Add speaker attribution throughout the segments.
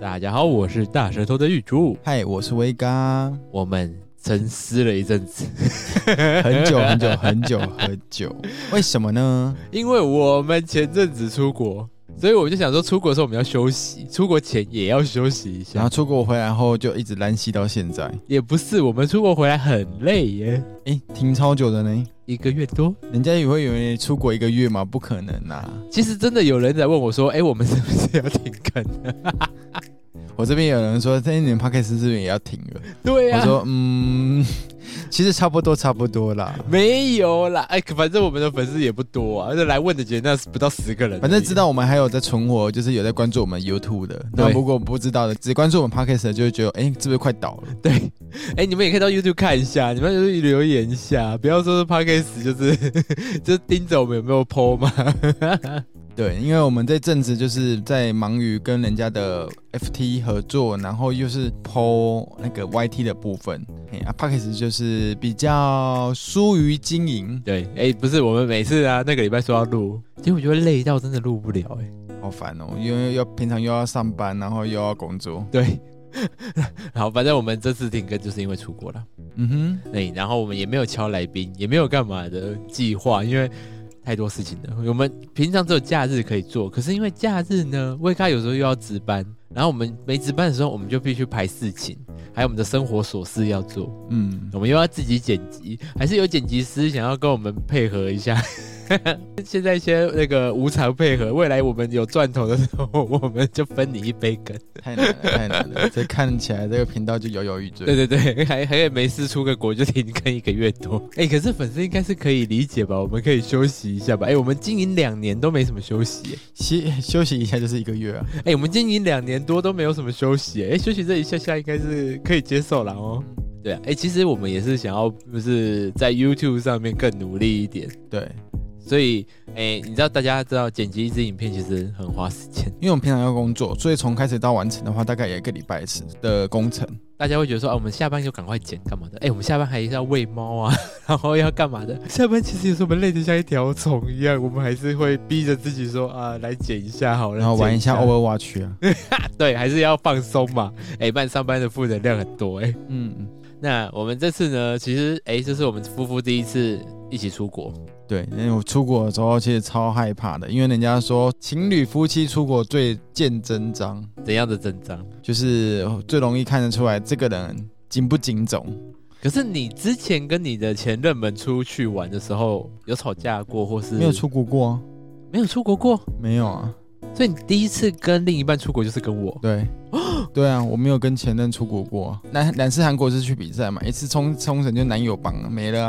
Speaker 1: 大家好，我是大舌头的玉珠。
Speaker 2: 嗨，我是威嘎，
Speaker 1: 我们沉思了一阵子，
Speaker 2: 很久很久很久很久，为什么 呢？
Speaker 1: 因为我们前阵子出国，所以我们就想说，出国的时候我们要休息，出国前也要休息一
Speaker 2: 然
Speaker 1: 下
Speaker 2: 后。出国回来后就一直烂戏到现在，
Speaker 1: 也不是，我们出国回来很累耶，
Speaker 2: 诶，停超久的呢。
Speaker 1: 一个月多。
Speaker 2: 人家也会以为出国一个月吗？不可能呐、啊！
Speaker 1: 其实真的有人在问我说，哎、我们是不是要停更？
Speaker 2: 我这边有人说，哎这一年 p o d c a s 是不是也要停了？
Speaker 1: 对啊呀、
Speaker 2: 我说，嗯，其实差不多，差不多啦。
Speaker 1: 没有啦，哎、可反正我们的粉丝也不多啊，而且来问的姐那不到十个人而已，
Speaker 2: 反正知道我们还有在存活，就是有在关注我们 YouTube 的。那
Speaker 1: 对
Speaker 2: 如果不知道的，只关注我们 p o d c a s 的，就会觉得，诶，是不是快倒了？
Speaker 1: 对，哎、你们也可以到 YouTube 看一下，你们就是留言一下，不要说是 Podcast 就是就是 盯着我们有没有 PO 嘛。
Speaker 2: 对，因为我们这阵子就是在忙于跟人家的 FT 合作，然后又是 PO 那个 YT 的部分，嘿啊 p a c k a g e 就是比较疏于经营，
Speaker 1: 对，哎、不是，我们每次啊那个礼拜说要录，结果就会累到真的录不了、哎，
Speaker 2: 好烦哦，因为要平常又要上班，然后又要工作，
Speaker 1: 对。 好，反正我们这次停更就是因为出国了，哎
Speaker 2: 嗯哼，
Speaker 1: 对，然后我们也没有敲来宾，也没有干嘛的计划，因为太多事情了。我们平常只有假日可以做，可是因为假日呢，威咖有时候又要值班，然后我们没值班的时候，我们就必须排事情，还有我们的生活琐事要做。
Speaker 2: 嗯，
Speaker 1: 我们又要自己剪辑，还是有剪辑师想要跟我们配合一下。 现在先那个无偿配合，未来我们有赚头的时候，我们就分你一杯羹。
Speaker 2: 太难了，太难了，这看起来这个频道就摇摇欲坠。
Speaker 1: 对对对，还还可以没事出个国就停更一个月多。哎、可是粉丝应该是可以理解吧？我们可以休息一下吧。哎、我们经营两年都没什么休息、
Speaker 2: 休休息一下就是一个月啊，
Speaker 1: 哎、我们经营两年多都没有什么休息、哎、休息这一下下应该是可以接受了哦。对啊，哎、其实我们也是想要，就是在 YouTube 上面更努力一点。
Speaker 2: 对，
Speaker 1: 所以，哎、你知道大家知道剪辑一支影片其实很花时间，
Speaker 2: 因为我们平常要工作，所以从开始到完成的话，大概有一个礼拜时的工程。
Speaker 1: 大家会觉得说，啊，我们下班就赶快剪干嘛的？哎、我们下班还是要喂猫啊， 然后要干嘛的？下班其实有时候我们累得像一条虫一样，我们还是会逼着自己说，啊，来剪一下好了，
Speaker 2: 然后玩一下
Speaker 1: 剪
Speaker 2: Overwatch 啊，
Speaker 1: 对，还是要放松嘛。哎、不然上班的负能量很多哎、
Speaker 2: 嗯，
Speaker 1: 那我们这次呢，其实哎、这是我们夫妇第一次一起出国，
Speaker 2: 对，因为我出国的时候其实超害怕的，因为人家说情侣夫妻出国最见真章，
Speaker 1: 怎样的阵仗？
Speaker 2: 就是最容易看得出来这个人紧不紧总。
Speaker 1: 可是你之前跟你的前任们出去玩的时候，有吵架过，或是
Speaker 2: 没有出国过、啊，
Speaker 1: 没有出国过？
Speaker 2: 没有啊？
Speaker 1: 所以你第一次跟另一半出国就是跟我，
Speaker 2: 对，对啊，我没有跟前任出国过、啊。男男士韩国是去比赛嘛，一次冲冲绳就男友帮啊没了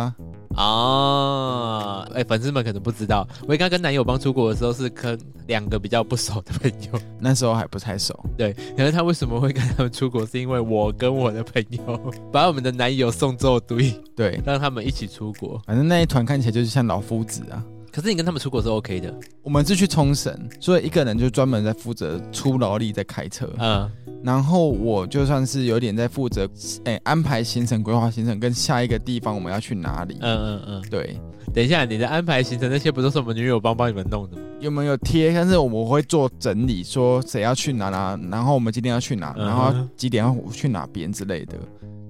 Speaker 2: 啊。
Speaker 1: 啊，哎、粉丝们可能不知道，我刚跟男友帮出国的时候是跟两个比较不熟的朋友，
Speaker 2: 那时候还不太熟，
Speaker 1: 对， 可是他为什么会跟他们出国，是因为我跟我的朋友 把我们的男友送走对，
Speaker 2: 对，
Speaker 1: 让他们一起出国。
Speaker 2: 反正那一团看起来就是像老夫子啊。
Speaker 1: 可是你跟他们出国是 OK 的，
Speaker 2: 我们是去冲绳，所以一个人就专门在负责出劳力在开车。
Speaker 1: 嗯，
Speaker 2: 然后我就算是有点在负责，哎、安排行程、规划行程跟下一个地方我们要去哪里。
Speaker 1: 嗯嗯嗯。
Speaker 2: 对，
Speaker 1: 等一下，你的安排行程那些不都是我们女友帮帮你们弄的吗？
Speaker 2: 有没有贴？但是我会做整理，说谁要去哪哪，然后我们今天要去哪，
Speaker 1: 嗯哼
Speaker 2: 然后几点要去哪边之类的。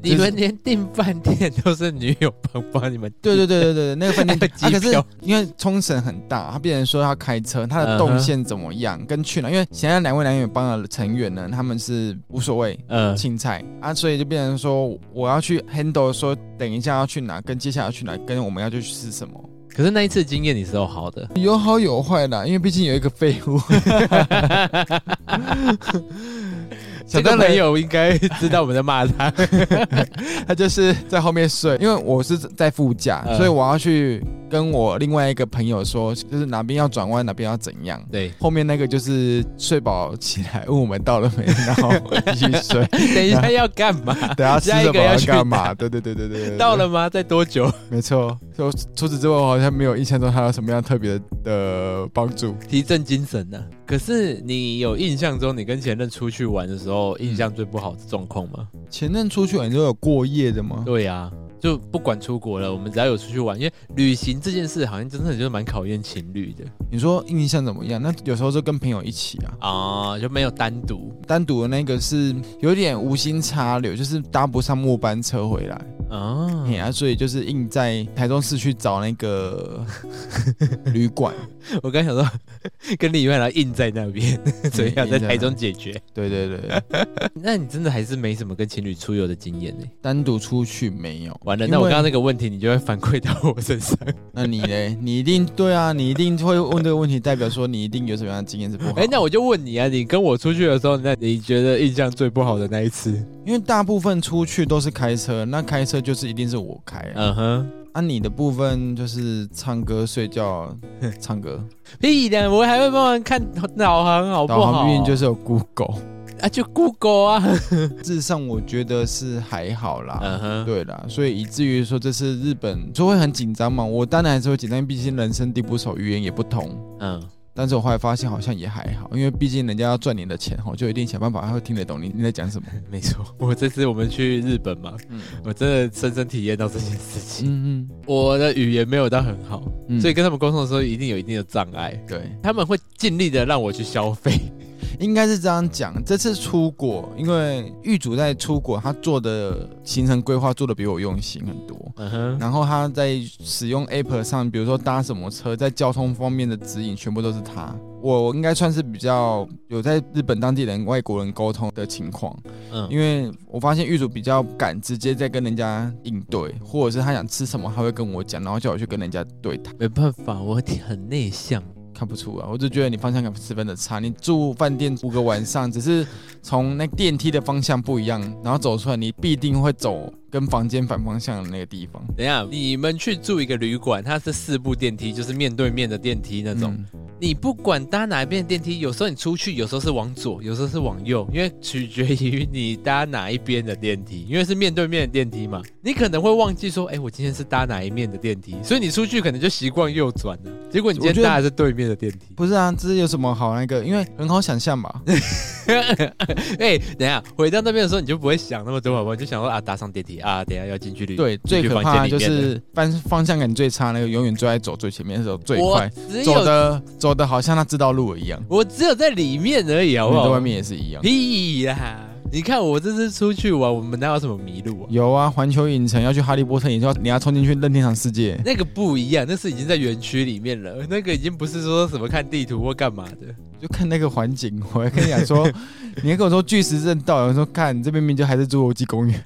Speaker 1: 你
Speaker 2: 就是
Speaker 1: 们连订饭店都是女友帮帮你们订。
Speaker 2: 对对对对对，那个饭店
Speaker 1: 还有
Speaker 2: 啊，可
Speaker 1: 机
Speaker 2: 是
Speaker 1: 票
Speaker 2: 因为冲绳很大，他变成说他开车，他
Speaker 1: 嗯哼
Speaker 2: 的动线怎么样，跟去哪？因为现在两位男友帮的成员呢，他们是无所谓，
Speaker 1: 嗯，
Speaker 2: 青菜啊，所以就变成说我要去 handle 说等一下要去哪，跟接下来要去哪，跟我们要去吃什么，
Speaker 1: 可是那一次经验你是有好的，
Speaker 2: 有好有坏啦，因为毕竟有一个废 物，
Speaker 1: 这
Speaker 2: 想
Speaker 1: 个
Speaker 2: 当
Speaker 1: 朋
Speaker 2: 然有，
Speaker 1: 友应该知道我们在骂他。
Speaker 2: 他就是在后面睡，因为我是在副驾，
Speaker 1: 嗯
Speaker 2: 所以我要去跟我另外一个朋友说，就是哪边要转弯，哪边要怎样。
Speaker 1: 对，
Speaker 2: 后面那个就是睡饱起来问我们到了没，然后继续睡，
Speaker 1: 等一下要干 嘛？
Speaker 2: 等下吃
Speaker 1: 下一
Speaker 2: 什
Speaker 1: 个
Speaker 2: 么
Speaker 1: 要
Speaker 2: 要
Speaker 1: 去
Speaker 2: 干嘛？对对对对对对，对
Speaker 1: 到了吗？在多久？
Speaker 2: 没错，就除此之外，我好像没有印象中他有什么样特别的呃帮助。
Speaker 1: 提振精神呢、啊可是你有印象中你跟前任出去嗯玩的时候，印象最不好的状况吗？
Speaker 2: 前任出去玩，你都有过夜的吗？
Speaker 1: 对呀、啊就不管出国了，我们只要有出去玩，因为旅行这件事好像真的就是蛮考验情侣的
Speaker 2: 你说印象怎么样？那有时候就跟朋友一起啊，
Speaker 1: 啊、就没有单独，
Speaker 2: 单独的那个是有点无心插柳，就是搭不上末班车回来，
Speaker 1: 啊
Speaker 2: 嘿啊，所以就是硬在台中市区找那 个旅馆。
Speaker 1: 我刚想说，跟另一半然后硬在那边， 所以要嗯在台中解决。
Speaker 2: 对对对，
Speaker 1: 那你真的还是没什么跟情侣出游的经验呢、
Speaker 2: 单独出去没有？
Speaker 1: 完了，
Speaker 2: 因
Speaker 1: 那我
Speaker 2: 为
Speaker 1: 刚刚那个问题，你就会反馈到我身上。
Speaker 2: 那你嘞？你一定对啊，你一定会问这个问题，代表说你一定有什么样的经验是不好。
Speaker 1: 哎、那我就问你啊，你跟我出去的时候，那你觉得印象最不好的那一次？
Speaker 2: 因为大部分出去都是开车，那开车就是一定是我开啊。
Speaker 1: 嗯哼，
Speaker 2: 啊，你的部分就是唱歌、睡 觉、唱歌。
Speaker 1: 屁的，我还会帮忙看导航，好不啊
Speaker 2: 导
Speaker 1: 好？
Speaker 2: 航明明就是有 Google，
Speaker 1: 啊，就 Google 啊。
Speaker 2: 至上我觉得是还好啦。
Speaker 1: 嗯哼，
Speaker 2: 对啦，所以以至于说这次日本就会很紧张嘛，我当然还是会紧张，毕竟人生地不熟，语言也不同。
Speaker 1: 嗯，
Speaker 2: 但是我后来发现好像也还好，因为毕竟人家要赚你的钱吼，就一定想办法，他会听得懂你你在讲什么。
Speaker 1: 没错。我这次我们去日本嘛，
Speaker 2: 嗯
Speaker 1: 我真的深深体验到这件事情。
Speaker 2: 嗯
Speaker 1: 我的语言没有到很好，
Speaker 2: 嗯
Speaker 1: 所以跟他们沟通的时候一定有一定的障碍。
Speaker 2: 对，
Speaker 1: 他们会尽力的让我去消费。
Speaker 2: 应该是这样讲。这次出国，因为玉主在出国，他做的行程规划做的比我用心很多。
Speaker 1: 嗯哼，
Speaker 2: 然后他在使用 App 上，比如说搭什么车，在交通方面的指引全部都是他。我我应该算是比较有在日本当地人、外国人沟通的情况，
Speaker 1: 嗯，
Speaker 2: 因为我发现狱主比较敢直接在跟人家应对，或者是他想吃什么，他会跟我讲，然后叫我去跟人家对谈。
Speaker 1: 没办法，我挺很内向。
Speaker 2: 看不出来，啊我就觉得你方向感十分的差。你住饭店五个晚上，只是从那电梯的方向不一样，然后走出来，你必定会走跟房间反方向的那个地方。
Speaker 1: 等一下，你们去住一个旅馆，它是四部电梯，就是面对面的电梯那种。
Speaker 2: 嗯
Speaker 1: 你不管搭哪一边电梯，有时候你出去，有时候是往左，有时候是往右，因为取决于你搭哪一边的电梯，因为是面对面的电梯嘛。你可能会忘记说，哎、我今天是搭哪一面的电梯，所以你出去可能就习惯右转了。结果你今
Speaker 2: 我觉
Speaker 1: 天
Speaker 2: 得
Speaker 1: 搭的是对面的电梯。
Speaker 2: 不是啊，这有什么好那个？因为很好想象吧。
Speaker 1: 哎、等一下回到那边的时候，你就不会想那么多，好不好？你就想说啊，搭上电梯啊，等一下要进去旅。，
Speaker 2: 对，最可怕的就是方方向感最差那个，永远最爱走最前面的时候最
Speaker 1: 我
Speaker 2: 快，
Speaker 1: 只
Speaker 2: 走
Speaker 1: 有
Speaker 2: 的走的好像他知道路一样。
Speaker 1: 我只有在里面而已，好
Speaker 2: 我
Speaker 1: 不
Speaker 2: 们在
Speaker 1: 好
Speaker 2: 外？面也是一样。
Speaker 1: 屁啦！你看我这次出去玩，我们哪有什么迷路啊？
Speaker 2: 有啊，环球影城要去哈利波特，你就要你要冲进去任天堂世界。
Speaker 1: 那个不一样，那是已经在园区里面了，那个已经不是说什么看地图或干嘛的。
Speaker 2: 就看那个环境，我还跟你讲 说，你还跟我说巨石阵道，有人说看你这边明明就还是侏罗纪公 园，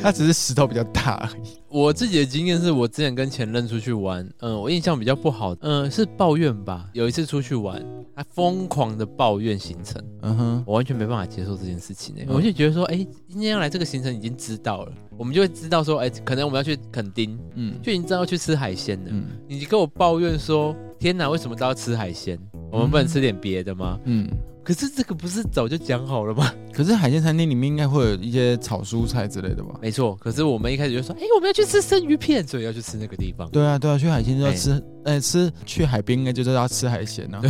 Speaker 2: 它只是石头比较大而已。
Speaker 1: 我自己的经验是我之前跟前任出去玩，嗯，我印象比较不好，嗯，是抱怨吧。有一次出去玩，他疯狂的抱怨行程，
Speaker 2: 嗯哼，
Speaker 1: 我完全没办法接受这件事情、欸
Speaker 2: 嗯
Speaker 1: 我就觉得说，哎、今天要来这个行程已经知道了，我们就会知道说，哎、可能我们要去垦丁，
Speaker 2: 嗯
Speaker 1: 就已经知道要去吃海鲜了。
Speaker 2: 嗯
Speaker 1: 你跟我抱怨说，天哪，为什么都要吃海鲜？我们不能吃点别的吗？
Speaker 2: 嗯。
Speaker 1: 可是这个不是早就讲好了吗？
Speaker 2: 可是海鲜餐厅里面应该会有一些炒蔬菜之类的吧？
Speaker 1: 没错，可是我们一开始就说，哎、我们要去吃生鱼片，所以要去吃那个地方。
Speaker 2: 对啊，对啊，去海鲜就要
Speaker 1: 哎
Speaker 2: 吃，哎、吃去海边应该就是要吃海鲜啊。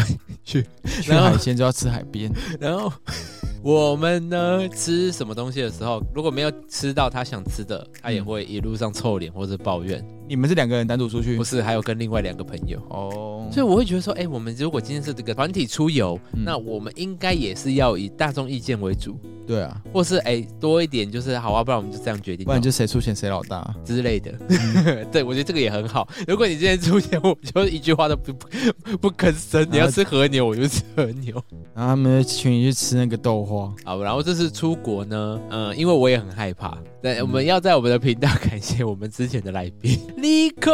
Speaker 1: 去
Speaker 2: 去
Speaker 1: 然后
Speaker 2: 海鲜就要吃海边，
Speaker 1: 然后我们呢吃什么东西的时候，如果没有吃到他想吃的，他也会一路上臭脸或者抱怨。
Speaker 2: 你们是两个人单独出去
Speaker 1: 不？是，还有跟另外两个朋友。
Speaker 2: 哦，
Speaker 1: 所以我会觉得说，哎、我们如果今天是这个团体出游，
Speaker 2: 嗯
Speaker 1: 那我们应该也是要以大众意见为主，
Speaker 2: 对啊，
Speaker 1: 或是哎、多一点就是好啊，不然我们就这样决定
Speaker 2: 不
Speaker 1: 好了。
Speaker 2: 然就谁出钱谁老大。
Speaker 1: 之类的， 对我觉得这个也很好。如果你今天出现，我就一句话都不 不不吭声。你要吃和牛，我就吃和牛。
Speaker 2: 然后他们请你去吃那个豆花，
Speaker 1: 好，然后这次出国呢，嗯，因为我也很害怕。对，我们要在我们的频道感谢我们之前的来宾 Nico，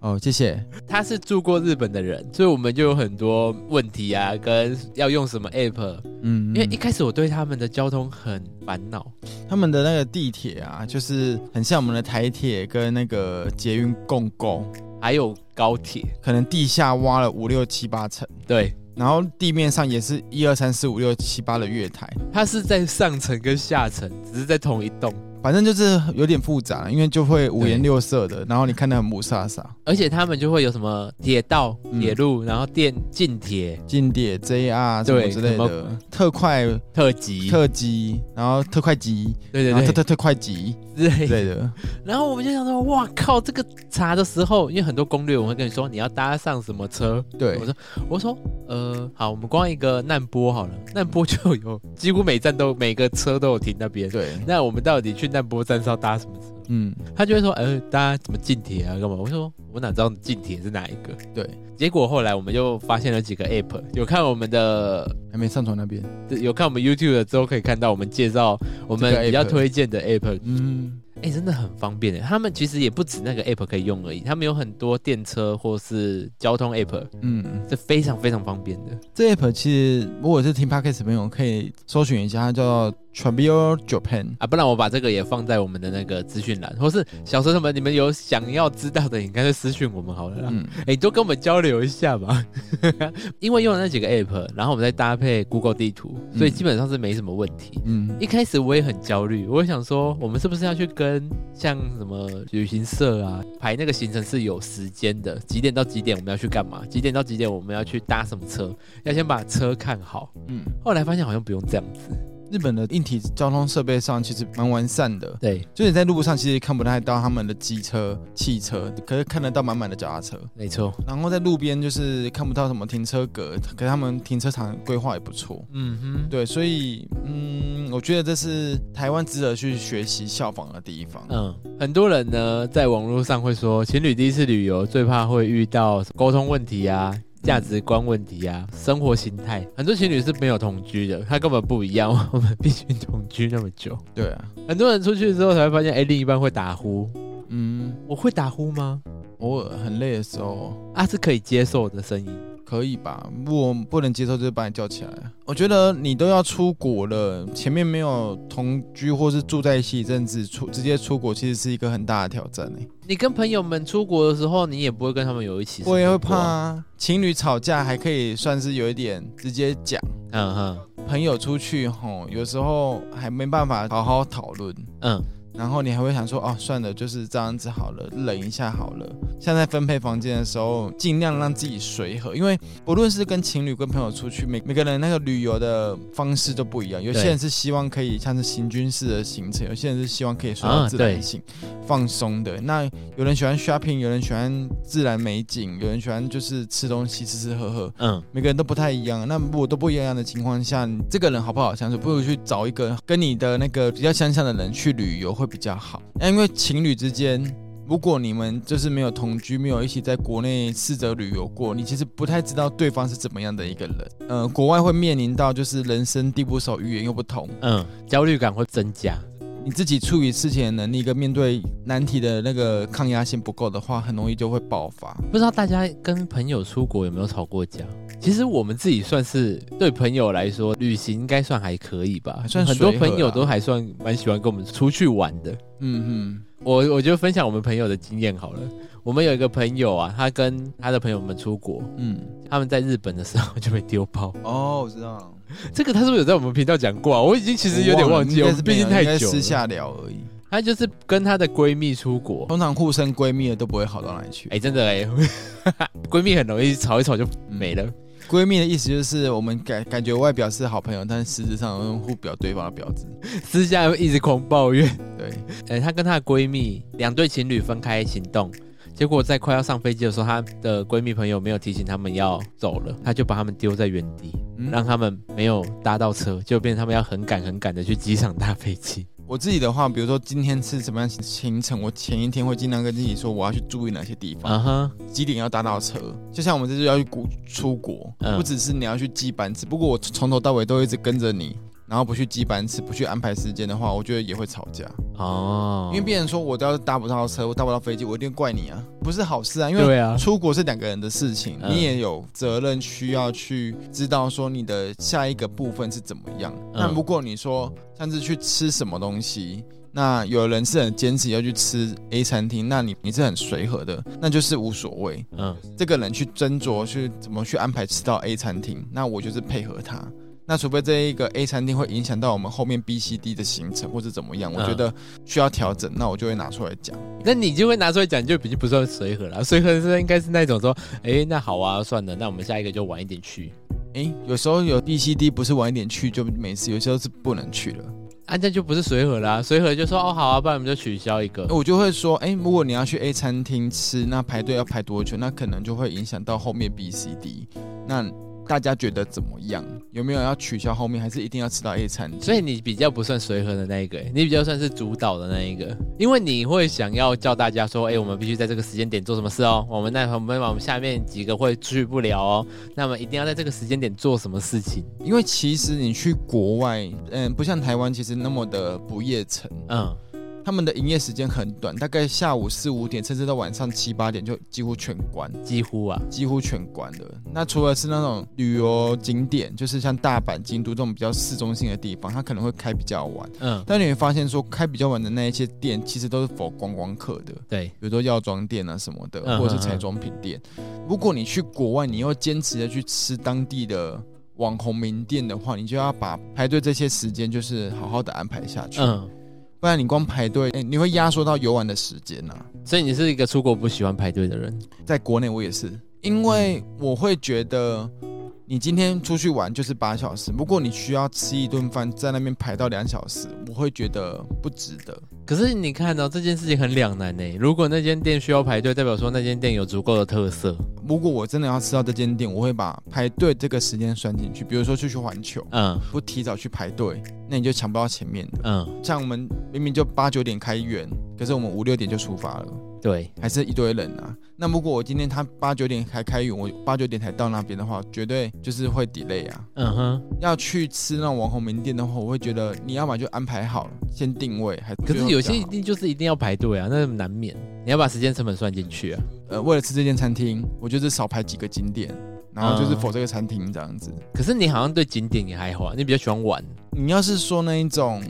Speaker 2: 哦，谢谢。
Speaker 1: 他是住过日本的人，所以我们就有很多问题啊，跟要用什么 app。
Speaker 2: 嗯，
Speaker 1: 因为一开始我对他们的交通很烦恼，
Speaker 2: 他们的那个地铁啊，就是很像我们的台铁跟那个捷运共构，
Speaker 1: 还有高铁，
Speaker 2: 可能地下挖了五六七八层，
Speaker 1: 对，
Speaker 2: 然后地面上也是一二三四五六七八的月台。
Speaker 1: 它是在上层跟下层，只是在同一栋。
Speaker 2: 反正就是有点复杂，因为就会五颜六色的，然后你看得很五煞煞。
Speaker 1: 而且他们就会有什么铁道、
Speaker 2: 嗯
Speaker 1: 铁路，然后电近铁
Speaker 2: 近点 JR 什么
Speaker 1: 对
Speaker 2: 之类
Speaker 1: 什
Speaker 2: 的
Speaker 1: 么，
Speaker 2: 特快
Speaker 1: 特急，
Speaker 2: 特急，然后特快急，
Speaker 1: 对对
Speaker 2: 然后特
Speaker 1: 对
Speaker 2: 特特快急
Speaker 1: 之类
Speaker 2: 之
Speaker 1: 的
Speaker 2: 类的。
Speaker 1: 然后我们就想说，哇靠，这个查的时候，因为很多攻略我会跟你说你要搭上什么车。
Speaker 2: 对
Speaker 1: 我，说，我说，呃，好，我们光一个难波好了， 难波就有几乎每站都每个车都有停那边。
Speaker 2: 对，
Speaker 1: 那我们到底去难波站是要搭什么车？
Speaker 2: 嗯，
Speaker 1: 他就会说，呃，搭什么近铁啊，干嘛？我说，我哪知道近铁是哪一个？
Speaker 2: 对，
Speaker 1: 结果后来我们就发现了几个 app，有看我们的
Speaker 2: 还没上传那边。
Speaker 1: 有看我们 YouTube 的之后，可以看到我们介绍我
Speaker 2: 这个
Speaker 1: 们
Speaker 2: app
Speaker 1: 比较推荐的 app，
Speaker 2: 嗯，
Speaker 1: 哎、真的很方便的。他们其实也不止那个 app 可以用而已，他们有很多电车或是交通 app，
Speaker 2: 嗯，
Speaker 1: 是非常非常方便的。
Speaker 2: 这 app 其实如果是听 podcast 的朋友可以搜寻一下，它叫 Travel Japan。
Speaker 1: 啊，不然我把这个也放在我们的那个资讯栏，或是小车他们你们有想要知道的，你干脆私讯我们好了啦。
Speaker 2: 嗯，
Speaker 1: 哎、你多跟我们交流一下吧， 因为用了那几个 app，然后我们再搭配 Google 地图，所以
Speaker 2: 嗯
Speaker 1: 基本上是没什么问题。
Speaker 2: 嗯，
Speaker 1: 一开始我也很焦虑，我也想说，我们是不是要去跟像什么旅行社啊排那个行程是有时间的，几点到几点我们要去干嘛，几点到几点我们要去搭什么车，要先把车看好。
Speaker 2: 嗯，
Speaker 1: 后来发现好像不用这样子，
Speaker 2: 日本的硬体交通设备上其实蛮完善的，
Speaker 1: 对
Speaker 2: 就你在路上其实看不太到他们的机车、汽车，可是看得到满满的脚踏车。
Speaker 1: 没错，
Speaker 2: 然后在路边就是看不到什么停车格，可是他们停车场规划也不错。
Speaker 1: 嗯哼，
Speaker 2: 对，所以嗯，我觉得这是台湾值得去学习效仿的地方。
Speaker 1: 嗯，很多人呢在网络上会说，情侣第一次旅游最怕会遇到沟通问题啊。价值观问题啊，生活形态，很多情侣是没有同居的，他根本不一样。 我们必须同居那么久，
Speaker 2: 对啊，
Speaker 1: 很多人出去之后才会发现，哎、另一半会打呼。
Speaker 2: 嗯，
Speaker 1: 我会打呼吗？
Speaker 2: 偶尔很累的时候
Speaker 1: 啊，是可以接受的声音。
Speaker 2: 可以吧，如果不能接受就是把你叫起来。我觉得你都要出国了，前面没有同居或是住在一起一阵子，出直接出国其实是一个很大的挑战欸诶、
Speaker 1: 你跟朋友们出国的时候，你也不会跟他们有一起生活
Speaker 2: 我
Speaker 1: 啊。
Speaker 2: 也会怕、啊、情侣吵架，还可以算是有一点直接讲。
Speaker 1: 嗯哼，
Speaker 2: 朋友出去吼，有时候还没办法好好讨论，
Speaker 1: 嗯，
Speaker 2: 然后你还会想说，哦，算了，就是这样子好了，忍一下好了。像在分配房间的时候，尽量让自己随和，因为不论是跟情侣、跟朋友出去，每每个人那个旅游的方式都不一样。有些
Speaker 1: 对
Speaker 2: 人是希望可以像是行军式的行程，有些人是希望可以说到
Speaker 1: 啊
Speaker 2: 自然
Speaker 1: 对
Speaker 2: 性、放松的。那有人喜欢 shopping，有人喜欢自然美景，有人喜欢就是吃东西、吃吃喝喝。
Speaker 1: 嗯
Speaker 2: 每个人都不太一样。那如果都不一样的情况下，你这个人好不好相处，不如去找一个跟你的那个比较相像的人去旅游会比较好。那因为情侣之间。如果你们就是没有同居，没有一起在国内试着旅游过，你其实不太知道对方是怎么样的一个人。呃，国外会面临到就是人生地不熟，语言又不同，
Speaker 1: 嗯，焦虑感会增加。
Speaker 2: 你自己处理事情的能力跟面对难题的那个抗压性不够的话，很容易就会爆发。
Speaker 1: 不知道大家跟朋友出国有没有吵过架？其实我们自己算是对朋友来说，旅行应该算还可以吧。
Speaker 2: 还算
Speaker 1: 很多
Speaker 2: 随和啊啦
Speaker 1: 朋友都还算蛮喜欢跟我们出去玩的。
Speaker 2: 嗯
Speaker 1: 我我就分享我们朋友的经验好了。我们有一个朋友啊，他跟他的朋友们出国，
Speaker 2: 哼，嗯，
Speaker 1: 他们在日本的时候就被丢包。
Speaker 2: 哦，我知道了。
Speaker 1: 这个他是不是有在我们频道讲过啊？我已经其实有点忘记，我
Speaker 2: 我忘了应该
Speaker 1: 们
Speaker 2: 是
Speaker 1: 毕竟
Speaker 2: 没有
Speaker 1: 太
Speaker 2: 应该
Speaker 1: 久
Speaker 2: 私
Speaker 1: 了。
Speaker 2: 下聊而已。
Speaker 1: 她就是跟她的闺蜜出国，
Speaker 2: 通常互生闺蜜的都不会好到哪里去
Speaker 1: 哎、。真的哎、 闺蜜很容易吵一吵就没了。
Speaker 2: 闺蜜的意思就是我们感感觉外表是好朋友，但实质上都互表对方的婊子。
Speaker 1: 私下一直狂抱怨。
Speaker 2: 对，
Speaker 1: 哎、她跟她的闺蜜两对情侣分开行动，结果在快要上飞机的时候，她的闺蜜朋友没有提醒他们要走了，她就把他们丢在原地。
Speaker 2: 嗯
Speaker 1: 让他们没有搭到车，就变成他们要很赶很赶的去机场搭飞机。
Speaker 2: 我自己的话，比如说今天是什么样的行程，我前一天会尽量跟自己说我要去注意哪些地方，
Speaker 1: 啊哈，
Speaker 2: 几点要搭到车。就像我们这次要去古出国，
Speaker 1: 嗯
Speaker 2: 不只是你要去记班次，不过我从头到尾都一直跟着你。然后不去记班次，不去安排时间的话，我觉得也会吵架。
Speaker 1: 哦，
Speaker 2: 因为别人说我都要是搭不到车，我搭不到飞机，我一定怪你啊，不是好事啊。因为
Speaker 1: 对啊，
Speaker 2: 出国是两个人的事情，
Speaker 1: 嗯
Speaker 2: 你也有责任需要去知道说你的下一个部分是怎么样。
Speaker 1: 嗯
Speaker 2: 那如果你说像是去吃什么东西，那有人是很坚持要去吃 A 餐厅，那你你是很随和的，那就是无所谓。
Speaker 1: 嗯，
Speaker 2: 这个人去斟酌去怎么去安排吃到 A 餐厅，那我就是配合他。那除非这一个 A 餐厅会影响到我们后面 B、C、D 的行程或者怎么样，我觉得需要调整，那我就会拿出来讲。
Speaker 1: 那你就会拿出来讲，就已经不算随和了。随和是应该是那种说，哎，那好啊，算了，那我们下一个就晚一点去。
Speaker 2: 诶、有时候有 B、C、D 不是晚一点去就没事，有时候是不能去了。
Speaker 1: 啊，那就不是随和啦，随和就说哦好啊，不然我们就取消一个。
Speaker 2: 我就会说，诶、如果你要去 A 餐厅吃，那排队要排多久？那可能就会影响到后面 B、C、D。那大家觉得怎么样？有没有要取消后面，还是一定要吃到 A 餐厅？
Speaker 1: 所以你比较不算随和的那一个、欸你比较算是主导的那一个，因为你会想要叫大家说，哎、我们必须在这个时间点做什么事哦，我们那我们我们下面几个会去不了哦，那么一定要在这个时间点做什么事情，
Speaker 2: 因为其实你去国外，嗯，不像台湾其实那么的不夜城，
Speaker 1: 嗯，
Speaker 2: 他们的营业时间很短，大概下午四五点，甚至到晚上七八点就几乎全关，
Speaker 1: 几乎啊，
Speaker 2: 几乎全关了。那除了是那种旅游景点，就是像大阪、京都这种比较市中心的地方，它可能会开比较晚。
Speaker 1: 嗯，
Speaker 2: 但你会发现说，开比较晚的那一些店，其实都是否观光客的，
Speaker 1: 对，
Speaker 2: 比如说药妆店啊什么的，
Speaker 1: 嗯
Speaker 2: 或者
Speaker 1: 嗯
Speaker 2: 是彩
Speaker 1: 嗯
Speaker 2: 妆品店。如果你去国外，你又坚持的去吃当地的网红名店的话，你就要把排队这些时间就是好好的安排下去，
Speaker 1: 嗯，
Speaker 2: 不然你光排队，哎、你会压缩到游玩的时间呐、
Speaker 1: 所以你是一个出国不喜欢排队的人，
Speaker 2: 在国内我也是，因为我会觉得。你今天出去玩就是八小时，不过你需要吃一顿饭，在那边排到两小时，我会觉得不值得。
Speaker 1: 可是你看到、哦、这件事情很两难呢、如果那间店需要排队，代表说那间店有足够的特色，
Speaker 2: 如果我真的要吃到这间店，我会把排队这个时间算进去。比如说去去环球，
Speaker 1: 嗯
Speaker 2: 不提早去排队，那你就抢不到前面的。
Speaker 1: 嗯，
Speaker 2: 像我们明明就八九点开园，可是我们五六点就出发了，
Speaker 1: 对，
Speaker 2: 还是一堆人啊。那如果我今天他八九点才开园，我八九点才到那边的话，绝对就是会 delay 啊。
Speaker 1: 嗯哼。
Speaker 2: 要去吃那种网红名店的话，我会觉得你要么就安排好了，先定位，还
Speaker 1: 可是有些
Speaker 2: 比
Speaker 1: 一
Speaker 2: 较好
Speaker 1: 定就是一定要排队啊，那难免。你要把时间成本算进去啊。
Speaker 2: 呃，为了吃这间餐厅，我就是少排几个景点，然后就是
Speaker 1: 嗯
Speaker 2: 否这个餐厅这样子。
Speaker 1: 可是你好像对景点也还好啊，你比较喜欢玩。
Speaker 2: 你要是说那一种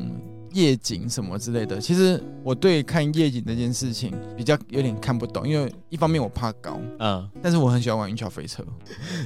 Speaker 2: 夜景什么之类的，其实我对看夜景这件事情比较有点看不懂，因为一方面我怕高，
Speaker 1: 嗯，
Speaker 2: 但是我很喜欢玩云霄飞车。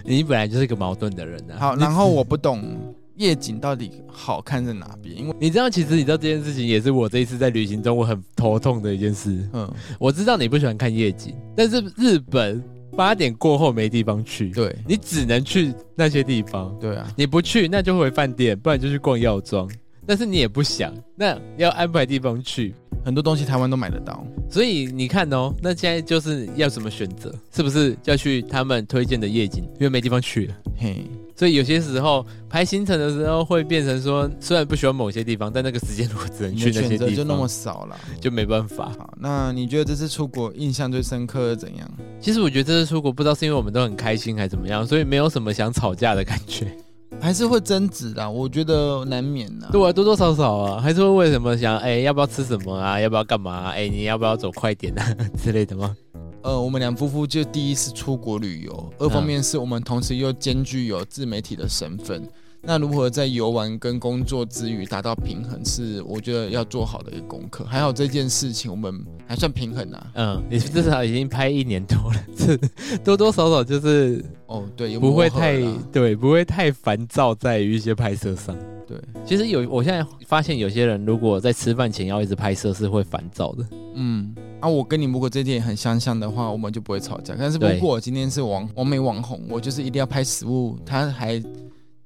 Speaker 1: 你本来就是一个矛盾的人啊。
Speaker 2: 好，
Speaker 1: 你
Speaker 2: 然后我不懂夜景到底好看在哪边，因为
Speaker 1: 你知道，其实你知道这件事情也是我这一次在旅行中我很头痛的一件事。
Speaker 2: 嗯，
Speaker 1: 我知道你不喜欢看夜景，但是日本八点过后没地方去，
Speaker 2: 对
Speaker 1: 你只能去那些地方。
Speaker 2: 对啊，
Speaker 1: 你不去，那就回饭店，不然就去逛药妆。但是你也不想，那要安排地方去，
Speaker 2: 很多东西台湾都买得到，
Speaker 1: 所以你看哦，那现在就是要怎么选择？是不是要去他们推荐的夜景？因为没地方去了，
Speaker 2: 嘿，
Speaker 1: 所以有些时候排行程的时候会变成说，虽然不喜欢某些地方，但那个时间如果只能
Speaker 2: 你
Speaker 1: 去
Speaker 2: 的
Speaker 1: 那些
Speaker 2: 选择
Speaker 1: 地方，
Speaker 2: 就那么少了。
Speaker 1: 就没办法。
Speaker 2: 好，那你觉得这次出国印象最深刻的怎样？
Speaker 1: 其实我觉得这次出国，不知道是因为我们都很开心还是怎么样，所以没有什么想吵架的感觉。
Speaker 2: 还是会争执啦，我觉得难免啦。
Speaker 1: 对啊，多多少少啊，还是会为什么想，哎、要不要吃什么啊？要不要干嘛、啊？哎、你要不要走快点啊 之类的吗？
Speaker 2: 呃，我们两夫妇就第一次出国旅游，二方面是我们同时又兼具有自媒体的身份。那如何在游玩跟工作之余达到平衡，是我觉得要做好的一个功课。还好这件事情我们还算平衡啊。
Speaker 1: 嗯，你至少已经拍一年多了，这 多多少少就是
Speaker 2: 哦，对，有
Speaker 1: 不会
Speaker 2: 磨合
Speaker 1: 太
Speaker 2: 啦
Speaker 1: 对，不会太烦躁在于一些拍摄上。
Speaker 2: 对，
Speaker 1: 其实有，我现在发现有些人如果在吃饭前要一直拍摄是会烦躁的。
Speaker 2: 嗯。啊，我跟你如果这点很相像的话，我们就不会吵架。但是如
Speaker 1: 对
Speaker 2: 果我今天是网网美网红，我就是一定要拍食物，他还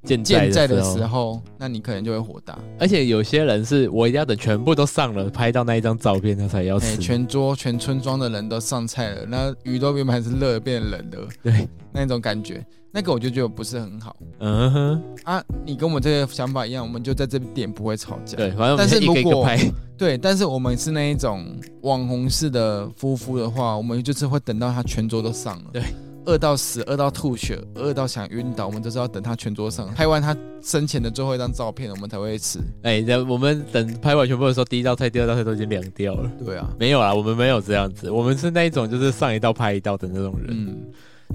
Speaker 1: 健
Speaker 2: 健在
Speaker 1: 在
Speaker 2: 的
Speaker 1: 的
Speaker 2: 时
Speaker 1: 时候，
Speaker 2: 候，那你可能就会火大。
Speaker 1: 而且有些人是我一定要等全部都上了，拍到那一张照片他才要
Speaker 2: 哎、
Speaker 1: 吃。
Speaker 2: 全桌全村庄的人都上菜了，那鱼都原本还是热的变冷的，
Speaker 1: 对，
Speaker 2: 那种感觉，那个我就觉得不是很好
Speaker 1: 嗯哼，
Speaker 2: 啊。你跟我这个想法一样，我们就在这点不会吵架。
Speaker 1: 对，反正我们
Speaker 2: 但是
Speaker 1: 一个一
Speaker 2: 如
Speaker 1: 个
Speaker 2: 果
Speaker 1: 拍，
Speaker 2: 对但是我们是那一种网红式的夫妇的话，我们就是会等到他全桌都上了，
Speaker 1: 对，
Speaker 2: 饿到死，饿到吐血，饿到想晕倒，我们就是要等他全桌 上，拍完他生前的最后一张照片，我们才会吃。
Speaker 1: 哎，那我们等拍完全部的时候，第一道菜、第二道菜都已经凉掉了。
Speaker 2: 对啊，
Speaker 1: 没有啦，我们没有这样子，我们是那一种就是上一道拍一道的那种人。
Speaker 2: 嗯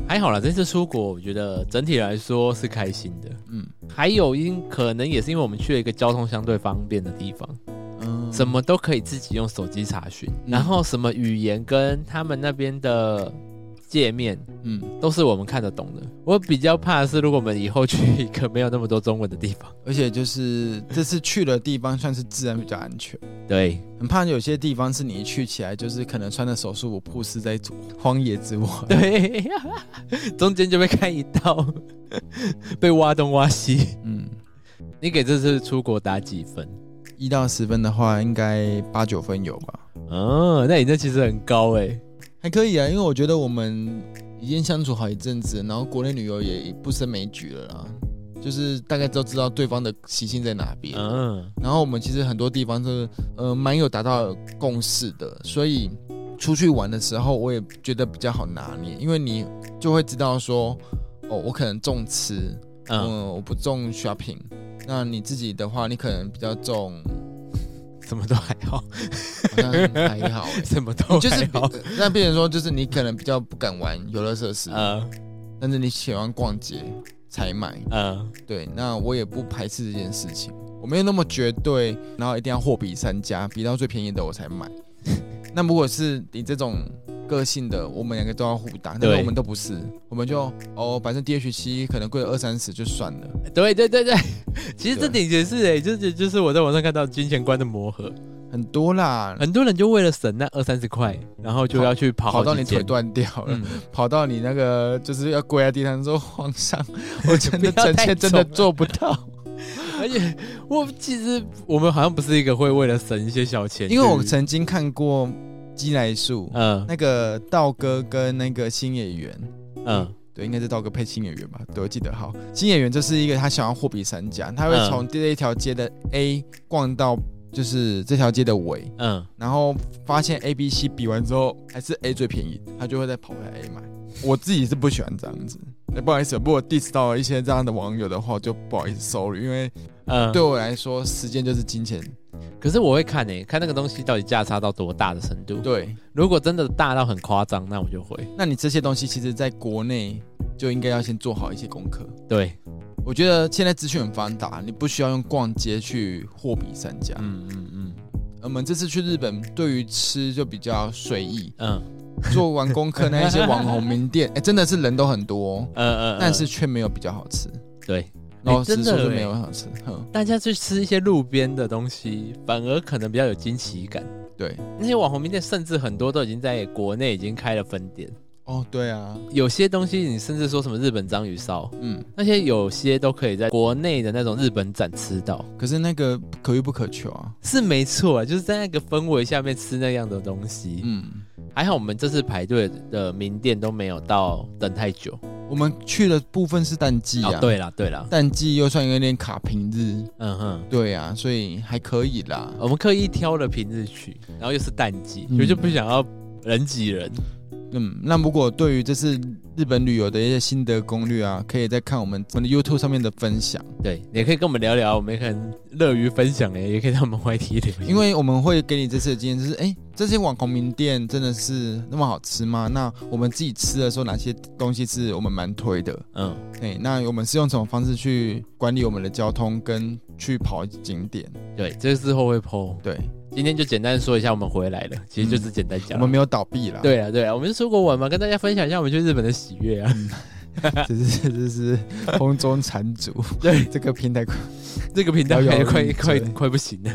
Speaker 1: 还好啦，这次出国我觉得整体来说是开心的。
Speaker 2: 嗯
Speaker 1: 还有因可能也是因为我们去了一个交通相对方便的地方，
Speaker 2: 嗯，
Speaker 1: 什么都可以自己用手机查询，
Speaker 2: 嗯
Speaker 1: 然后什么语言跟他们那边的界面
Speaker 2: 嗯，
Speaker 1: 都是我们看得懂的。我比较怕的是，如果我们以后去一个没有那么多中文的地方，
Speaker 2: 而且就是这次去的地方算是自然比较安全，
Speaker 1: 对，
Speaker 2: 很怕有些地方是你一去起来就是可能穿着手术服曝尸在荒野之外。
Speaker 1: 对，中间就被开一道， 被挖东挖西。
Speaker 2: 嗯，
Speaker 1: 你给这次出国打几分？
Speaker 2: 一到十分的话，应该八九分有吧？
Speaker 1: 嗯，那你这其实很高哎、
Speaker 2: 还可以啊，因为我觉得我们已经相处好一阵子，然后国内旅游也不胜枚举了啦，就是大概都知道对方的习性在哪边。
Speaker 1: 嗯，
Speaker 2: 然后我们其实很多地方是呃蛮有达到共识的，所以出去玩的时候我也觉得比较好拿捏，因为你就会知道说，哦，我可能重吃，嗯、
Speaker 1: 嗯，
Speaker 2: 我不重 shopping。那你自己的话，你可能比较重，
Speaker 1: 什么都还好，，
Speaker 2: 好像还好、欸
Speaker 1: 什么都
Speaker 2: 嗯就是
Speaker 1: 还
Speaker 2: 比
Speaker 1: 好。啊
Speaker 2: 那变成说，就是你可能比较不敢玩游乐设施，
Speaker 1: 嗯
Speaker 2: 但是你喜欢逛街采买，
Speaker 1: 嗯
Speaker 2: 对，那我也不排斥这件事情，我没有那么绝对，然后一定要货比三家，比到最便宜的我才买。 那如果是你这种个性的，我们两个都要互打，但是
Speaker 1: 对
Speaker 2: 我们都不是，我们就哦，反正 DH 七可能贵二三十就算了，
Speaker 1: 对对对对，其实这
Speaker 2: 对
Speaker 1: 点也是哎、就是就是我在网上看到金钱观的磨合，
Speaker 2: 很多啦，
Speaker 1: 很多人就为了省那二三十块，然后就要去跑
Speaker 2: 跑到
Speaker 1: 好几
Speaker 2: 你腿
Speaker 1: 间，
Speaker 2: 断掉了，
Speaker 1: 嗯，
Speaker 2: 跑到你那个就是要跪在地上说 皇上，我真的
Speaker 1: 不要
Speaker 2: 臣
Speaker 1: 太
Speaker 2: 妾真
Speaker 1: 重
Speaker 2: 的
Speaker 1: 啊了
Speaker 2: 做不到。
Speaker 1: 而且我其实我们好像不是一个会为了省一些小钱去，
Speaker 2: 因为我曾经看过鸡来树、
Speaker 1: 嗯
Speaker 2: 那个道哥跟那个新演员，
Speaker 1: 嗯
Speaker 2: 对，应该是道哥配新演员吧？对，我记得好。新演员就是一个他想要货比三家，他会
Speaker 1: 嗯
Speaker 2: 从这一条街的 A 逛到就是这条街的尾，
Speaker 1: 嗯，
Speaker 2: 然后发现 A、B、C 比完之后还是 A 最便宜，他就会再跑回来 A 买。我自己是不喜欢这样子。哎，不好意思，如果 diss 到了一些这样的网友的话，我就不好意思 sorry，因为
Speaker 1: 嗯，
Speaker 2: 对我来说，时间就是金钱。
Speaker 1: 可是我会看诶、看那个东西到底价差到多大的程度。，
Speaker 2: 对，
Speaker 1: 如果真的大到很夸张，那我就会。
Speaker 2: 那你这些东西其实在国内就应该要先做好一些功课。
Speaker 1: 对，
Speaker 2: 我觉得现在资讯很发达，你不需要用逛街去货比三家。
Speaker 1: 嗯嗯嗯，
Speaker 2: 我们这次去日本，对于吃就比较随意
Speaker 1: 嗯
Speaker 2: 做完功课那一些网红名店，哎、真的是人都很多 哦、
Speaker 1: 呃呃，
Speaker 2: 但是却没有比较好吃。
Speaker 1: 对，
Speaker 2: 老
Speaker 1: 哎真
Speaker 2: 实
Speaker 1: 的
Speaker 2: 说，就
Speaker 1: 欸
Speaker 2: 没有很好吃。哼，
Speaker 1: 大家去吃一些路边的东西，反而可能比较有惊奇感。
Speaker 2: 对，
Speaker 1: 那些网红名店，甚至很多都已经在国内已经开了分店。
Speaker 2: 哦，对啊，
Speaker 1: 有些东西，你甚至说什么日本章鱼烧，
Speaker 2: 嗯，
Speaker 1: 那些有些都可以在国内的那种日本展吃到，
Speaker 2: 可是那个可遇不可求啊。
Speaker 1: 是没错啊，就是在那个氛围下面吃那样的东西。
Speaker 2: 嗯，
Speaker 1: 还好我们这次排队的名店都没有到等太久。
Speaker 2: 我们去的部分是淡季啊，
Speaker 1: 哦，，对啦，对啦，
Speaker 2: 淡季又算有点卡平日，
Speaker 1: 嗯哼，
Speaker 2: 对啊，所以还可以啦。
Speaker 1: 我们刻意挑了平日去，然后又是淡季，
Speaker 2: 嗯
Speaker 1: 我就不想要人挤人。
Speaker 2: 嗯，那如果对于这次日本旅游的一些心得攻略啊，可以再看我们我们的 YouTube 上面的分享，
Speaker 1: 对，你也可以跟我们聊聊，我们也很乐于分享诶，也可以让我们 YT 留言。
Speaker 2: 因为我们会给你这次的经验，就是哎、诶这些网红名店真的是那么好吃吗？那我们自己吃的时候，哪些东西是我们蛮推的？
Speaker 1: 嗯，
Speaker 2: 对，那我们是用什么方式去管理我们的交通跟去跑景点？
Speaker 1: 对，这个之后会 PO。
Speaker 2: 对，
Speaker 1: 今天就简单说一下我们回来了，其实就是简单
Speaker 2: 我
Speaker 1: 讲。
Speaker 2: 们没有倒闭啦，，
Speaker 1: 对啊，对啊，我们是出国玩嘛，跟大家分享一下我们去日本的喜悦
Speaker 2: 嗯
Speaker 1: 啊。
Speaker 2: 只是只是空中残烛，
Speaker 1: 对，
Speaker 2: 这个平台
Speaker 1: 这个频道
Speaker 2: 遥遥
Speaker 1: 快
Speaker 2: 无
Speaker 1: 快
Speaker 2: 期
Speaker 1: 快快不行了。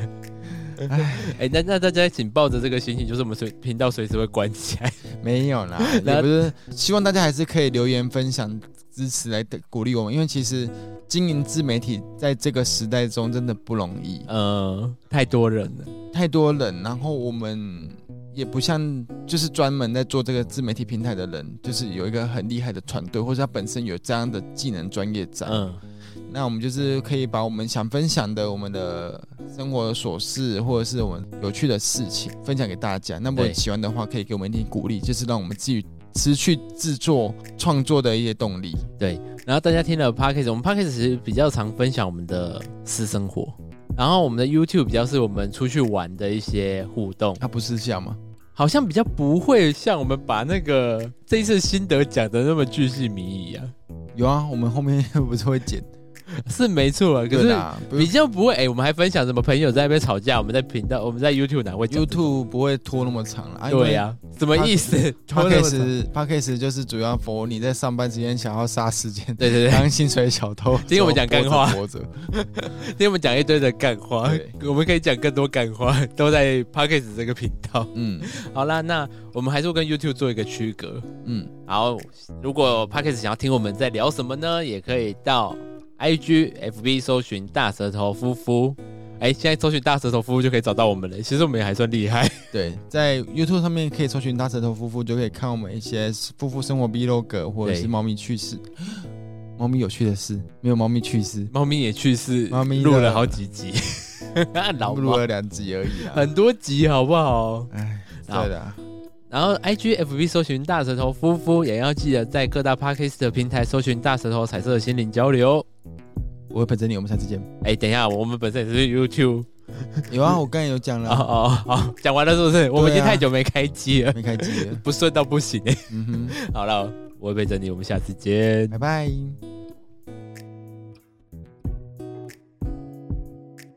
Speaker 1: 哎，那那大家请抱着这个心情，就是我们随频道随时会关起 来。
Speaker 2: 没有啦，
Speaker 1: 那
Speaker 2: 也不是。希望大家还是可以留言分享支持来的鼓励我们，因为其实经营自媒体在这个时代中真的不容易，
Speaker 1: 呃，
Speaker 2: 嗯
Speaker 1: 太多人了。
Speaker 2: 太多人，然后我们也不像就是专门在做这个自媒体平台的人，就是有一个很厉害的团队，或者他本身有这样的技能专业在。
Speaker 1: 嗯，
Speaker 2: 那我们就是可以把我们想分享的我们的生活琐事，或者是我们有趣的事情分享给大家。那么
Speaker 1: 对
Speaker 2: 喜欢的话，可以给我们一点鼓励，就是让我们自己持续制作创作的一些动力。
Speaker 1: 然后大家听了 podcast，我们 podcast 其实比较常分享我们的私生活，然后我们的 YouTube 比较是我们出去玩的一些互动，
Speaker 2: 啊，不是这样吗？
Speaker 1: 好像比较不会像我们把那个这一次心得讲的那么巨细靡遗啊。
Speaker 2: 有啊，我们后面不是会剪，
Speaker 1: 是没错啊。可
Speaker 2: 对
Speaker 1: 是
Speaker 2: 啦，不
Speaker 1: 比较不会哎、我们还分享什么朋友在那边吵架，我们在频道我们在 YouTube 哪会讲这个
Speaker 2: YouTube 不会拖那么长了啊。因为
Speaker 1: 对呀、什么意思？拖那么长
Speaker 2: Podcast Podcast 就是主要 for 你在上班时间想要杀时间，
Speaker 1: 对对对，
Speaker 2: 当薪水小偷。
Speaker 1: 今天我们讲干话
Speaker 2: 活着，活着
Speaker 1: 今天我们讲一堆的干话
Speaker 2: 对，
Speaker 1: 我们可以讲更多干话，都在 Podcast 这个频道。
Speaker 2: 嗯
Speaker 1: 好啦，那我们还是会跟 YouTube 做一个区隔。
Speaker 2: 嗯，
Speaker 1: 然后，如果 Podcast 想要听我们在聊什么呢，也可以到 IG、FB 搜寻大舌头夫妇。哎，现在搜寻大舌头夫妇就可以找到我们了。其实我们也还算厉害。
Speaker 2: 对，在 YouTube 上面可以搜寻大舌头夫妇，就可以看我们一些夫妇生活 vlog 或者
Speaker 1: 对
Speaker 2: 是猫咪 趣事。猫咪有趣的事，没有猫咪趣事，
Speaker 1: 猫咪也去世，
Speaker 2: 猫咪的
Speaker 1: 录了好几集， 老
Speaker 2: 录
Speaker 1: 猫
Speaker 2: 了两集而已 啊。
Speaker 1: 很多集，好不好？
Speaker 2: 哎，
Speaker 1: 好
Speaker 2: 对的啊，
Speaker 1: 然后 I G F B 搜寻大舌头夫妇，也要记得在各大 Podcast 的平台搜寻大舌头彩色的心灵交流。
Speaker 2: 我会陪着你，我们下次见。
Speaker 1: 哎，等一下，我们本身也是 YouTube
Speaker 2: 有啊，我刚才有讲
Speaker 1: 哦
Speaker 2: 了，
Speaker 1: 哦哦，讲完了是不是？我们已经太久没开机了，
Speaker 2: 没开机了。
Speaker 1: 不顺到不行哎。
Speaker 2: 嗯哼，
Speaker 1: 好了，我会陪着你，我们下次见。
Speaker 2: 拜拜。